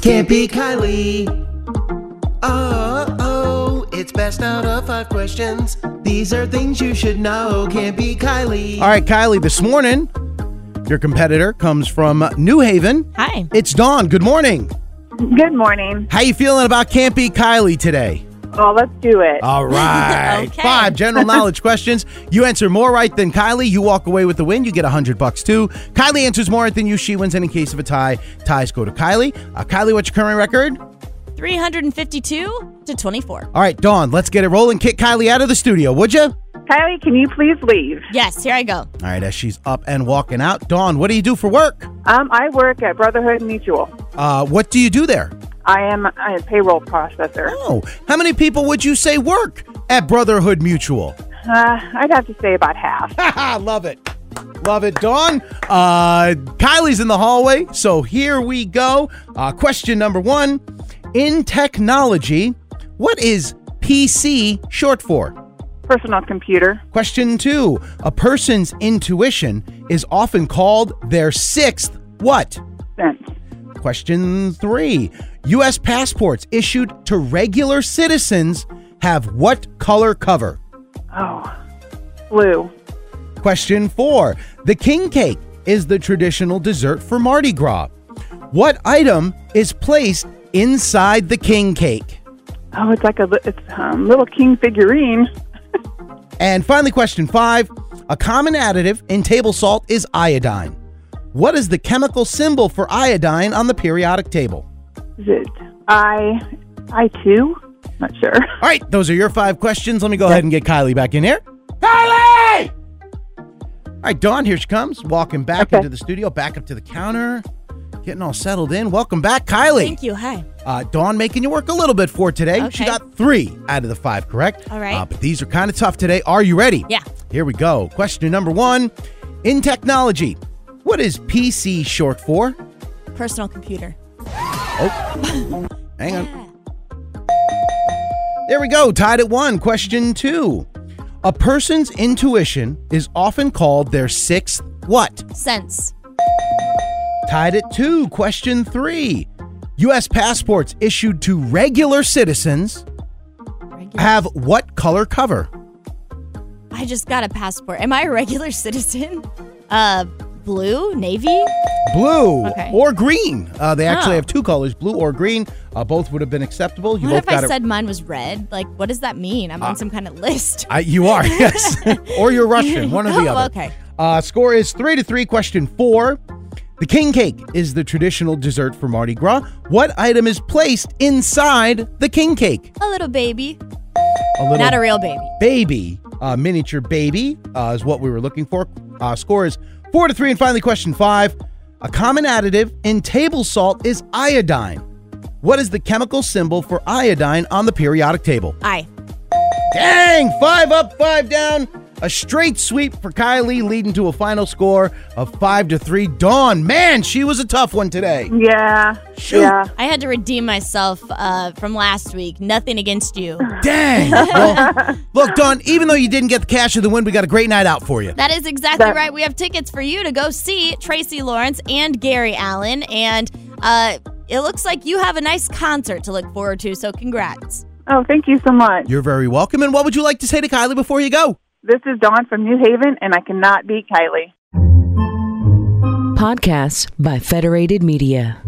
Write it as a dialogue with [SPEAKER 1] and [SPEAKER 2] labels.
[SPEAKER 1] Can't be Kylie. Oh, oh, it's best out of five questions. These are things you should know. Can't be Kylie.
[SPEAKER 2] All right, Kylie, this morning, your competitor comes from New Haven.
[SPEAKER 3] Hi.
[SPEAKER 2] It's Dawn. Good morning.
[SPEAKER 4] Good morning.
[SPEAKER 2] How you feeling about Can't Be Kylie today?
[SPEAKER 4] Oh, let's do it.
[SPEAKER 2] All right.
[SPEAKER 3] Okay.
[SPEAKER 2] Five general knowledge questions. You answer more right than Kylie, you walk away with the win. You get 100 bucks too. Kylie answers more right than you, she wins. And in case of a tie, ties go to Kylie. Uh, Kylie, what's your current record?
[SPEAKER 3] 352 to 24.
[SPEAKER 2] All right, Dawn, let's get it rolling. Kick Kylie out of the studio, would you? All
[SPEAKER 4] Kylie, can you please leave?
[SPEAKER 3] Yes, here I go.
[SPEAKER 2] right, as she's up and walking out, Dawn, what do you do for work?
[SPEAKER 4] Um, I work at Brotherhood Mutual.
[SPEAKER 2] Uh, what do you do there?
[SPEAKER 4] I am a payroll processor.
[SPEAKER 2] Oh, how many people would you say work at Brotherhood Mutual?
[SPEAKER 4] Uh, I'd have to say about half.
[SPEAKER 2] Haha, love it. Love it, Dawn. Uh, Kylie's in the hallway, so here we go. Uh, question number one In technology, what is PC short for?
[SPEAKER 4] Personal computer.
[SPEAKER 2] Question two A person's intuition is often called their sixth what?
[SPEAKER 4] Sense.
[SPEAKER 2] Question three U.S. passports issued to regular citizens have what color cover?
[SPEAKER 4] Oh, blue.
[SPEAKER 2] Question four The king cake is the traditional dessert for Mardi Gras. What item is placed inside the king cake?
[SPEAKER 4] Oh, it's like a li- it's um, little king figurine.
[SPEAKER 2] And finally, question five A common additive in table salt is iodine. What is the chemical symbol for iodine on the periodic table?
[SPEAKER 4] Is it I? I two? Not sure.
[SPEAKER 2] All right, those are your five questions. Let me go ahead and get Kylie back in here. Kylie! All right, Dawn, here she comes, walking back
[SPEAKER 4] Okay.
[SPEAKER 2] into the studio, back up to the counter, getting all settled in. Welcome back, Kylie.
[SPEAKER 3] Thank you. Hi.
[SPEAKER 2] Uh, Dawn making you work a little bit for today. She
[SPEAKER 3] Okay.
[SPEAKER 2] got three out of the five correct.
[SPEAKER 3] All right.
[SPEAKER 2] Uh, but these are kind of tough today. Are you ready?
[SPEAKER 3] Yeah.
[SPEAKER 2] Here we go. Question number one In technology, what is PC short for?
[SPEAKER 3] Personal computer.
[SPEAKER 2] Oh, Hang on. There we go. Tied at one. Question two A person's intuition is often called their sixth what?
[SPEAKER 3] Sense.
[SPEAKER 2] Tied at two. Question three U.S. passports issued to regular citizens
[SPEAKER 3] Regular.
[SPEAKER 2] have what color cover?
[SPEAKER 3] I just got a passport. Am I a regular citizen? Uh, blue, navy.
[SPEAKER 2] blue
[SPEAKER 3] Okay.
[SPEAKER 2] or green. Uh, they actually
[SPEAKER 3] Oh.
[SPEAKER 2] have two colors, blue or green. Uh, both would have been acceptable. You
[SPEAKER 3] What
[SPEAKER 2] both
[SPEAKER 3] if
[SPEAKER 2] got
[SPEAKER 3] I
[SPEAKER 2] it. Uh,
[SPEAKER 3] said mine was red? Like, what does that mean? I'm on some kind of list.
[SPEAKER 2] I, you are yes, or you're Russian. One or the
[SPEAKER 3] Oh,
[SPEAKER 2] other.
[SPEAKER 3] okay.
[SPEAKER 2] Uh, score is three to three. Question four: The king cake is the traditional dessert for Mardi Gras. What item is placed inside the king cake?
[SPEAKER 3] A little baby.
[SPEAKER 2] A little
[SPEAKER 3] Not a real baby.
[SPEAKER 2] baby, uh, miniature baby uh, is what we were looking for. Uh, score is four to three. And finally, question five: A common additive in table salt is iodine. What is the chemical symbol for iodine on the periodic table?
[SPEAKER 3] I.
[SPEAKER 2] Dang! Five up, five down. A straight sweep for Kylie, leading to a final score of five to three. Dawn, man, she was a tough one today.
[SPEAKER 4] Yeah.
[SPEAKER 2] Shoot.
[SPEAKER 4] Yeah.
[SPEAKER 3] I had to redeem myself uh, from last week. Nothing against you.
[SPEAKER 2] Dang. Well, look, Dawn, even though you didn't get the cash of the win, we got a great night out for you.
[SPEAKER 3] That is exactly
[SPEAKER 4] That-
[SPEAKER 3] right. We have tickets for you to go see Tracy Lawrence and Gary Allen. And uh, it looks like you have a nice concert to look forward to. So, congrats.
[SPEAKER 4] Oh, thank you so much.
[SPEAKER 2] You're very welcome. And what would you like to say to Kylie before you go?
[SPEAKER 4] This is Dawn from New Haven, and I cannot beat Kylie.
[SPEAKER 5] Podcasts by Federated Media.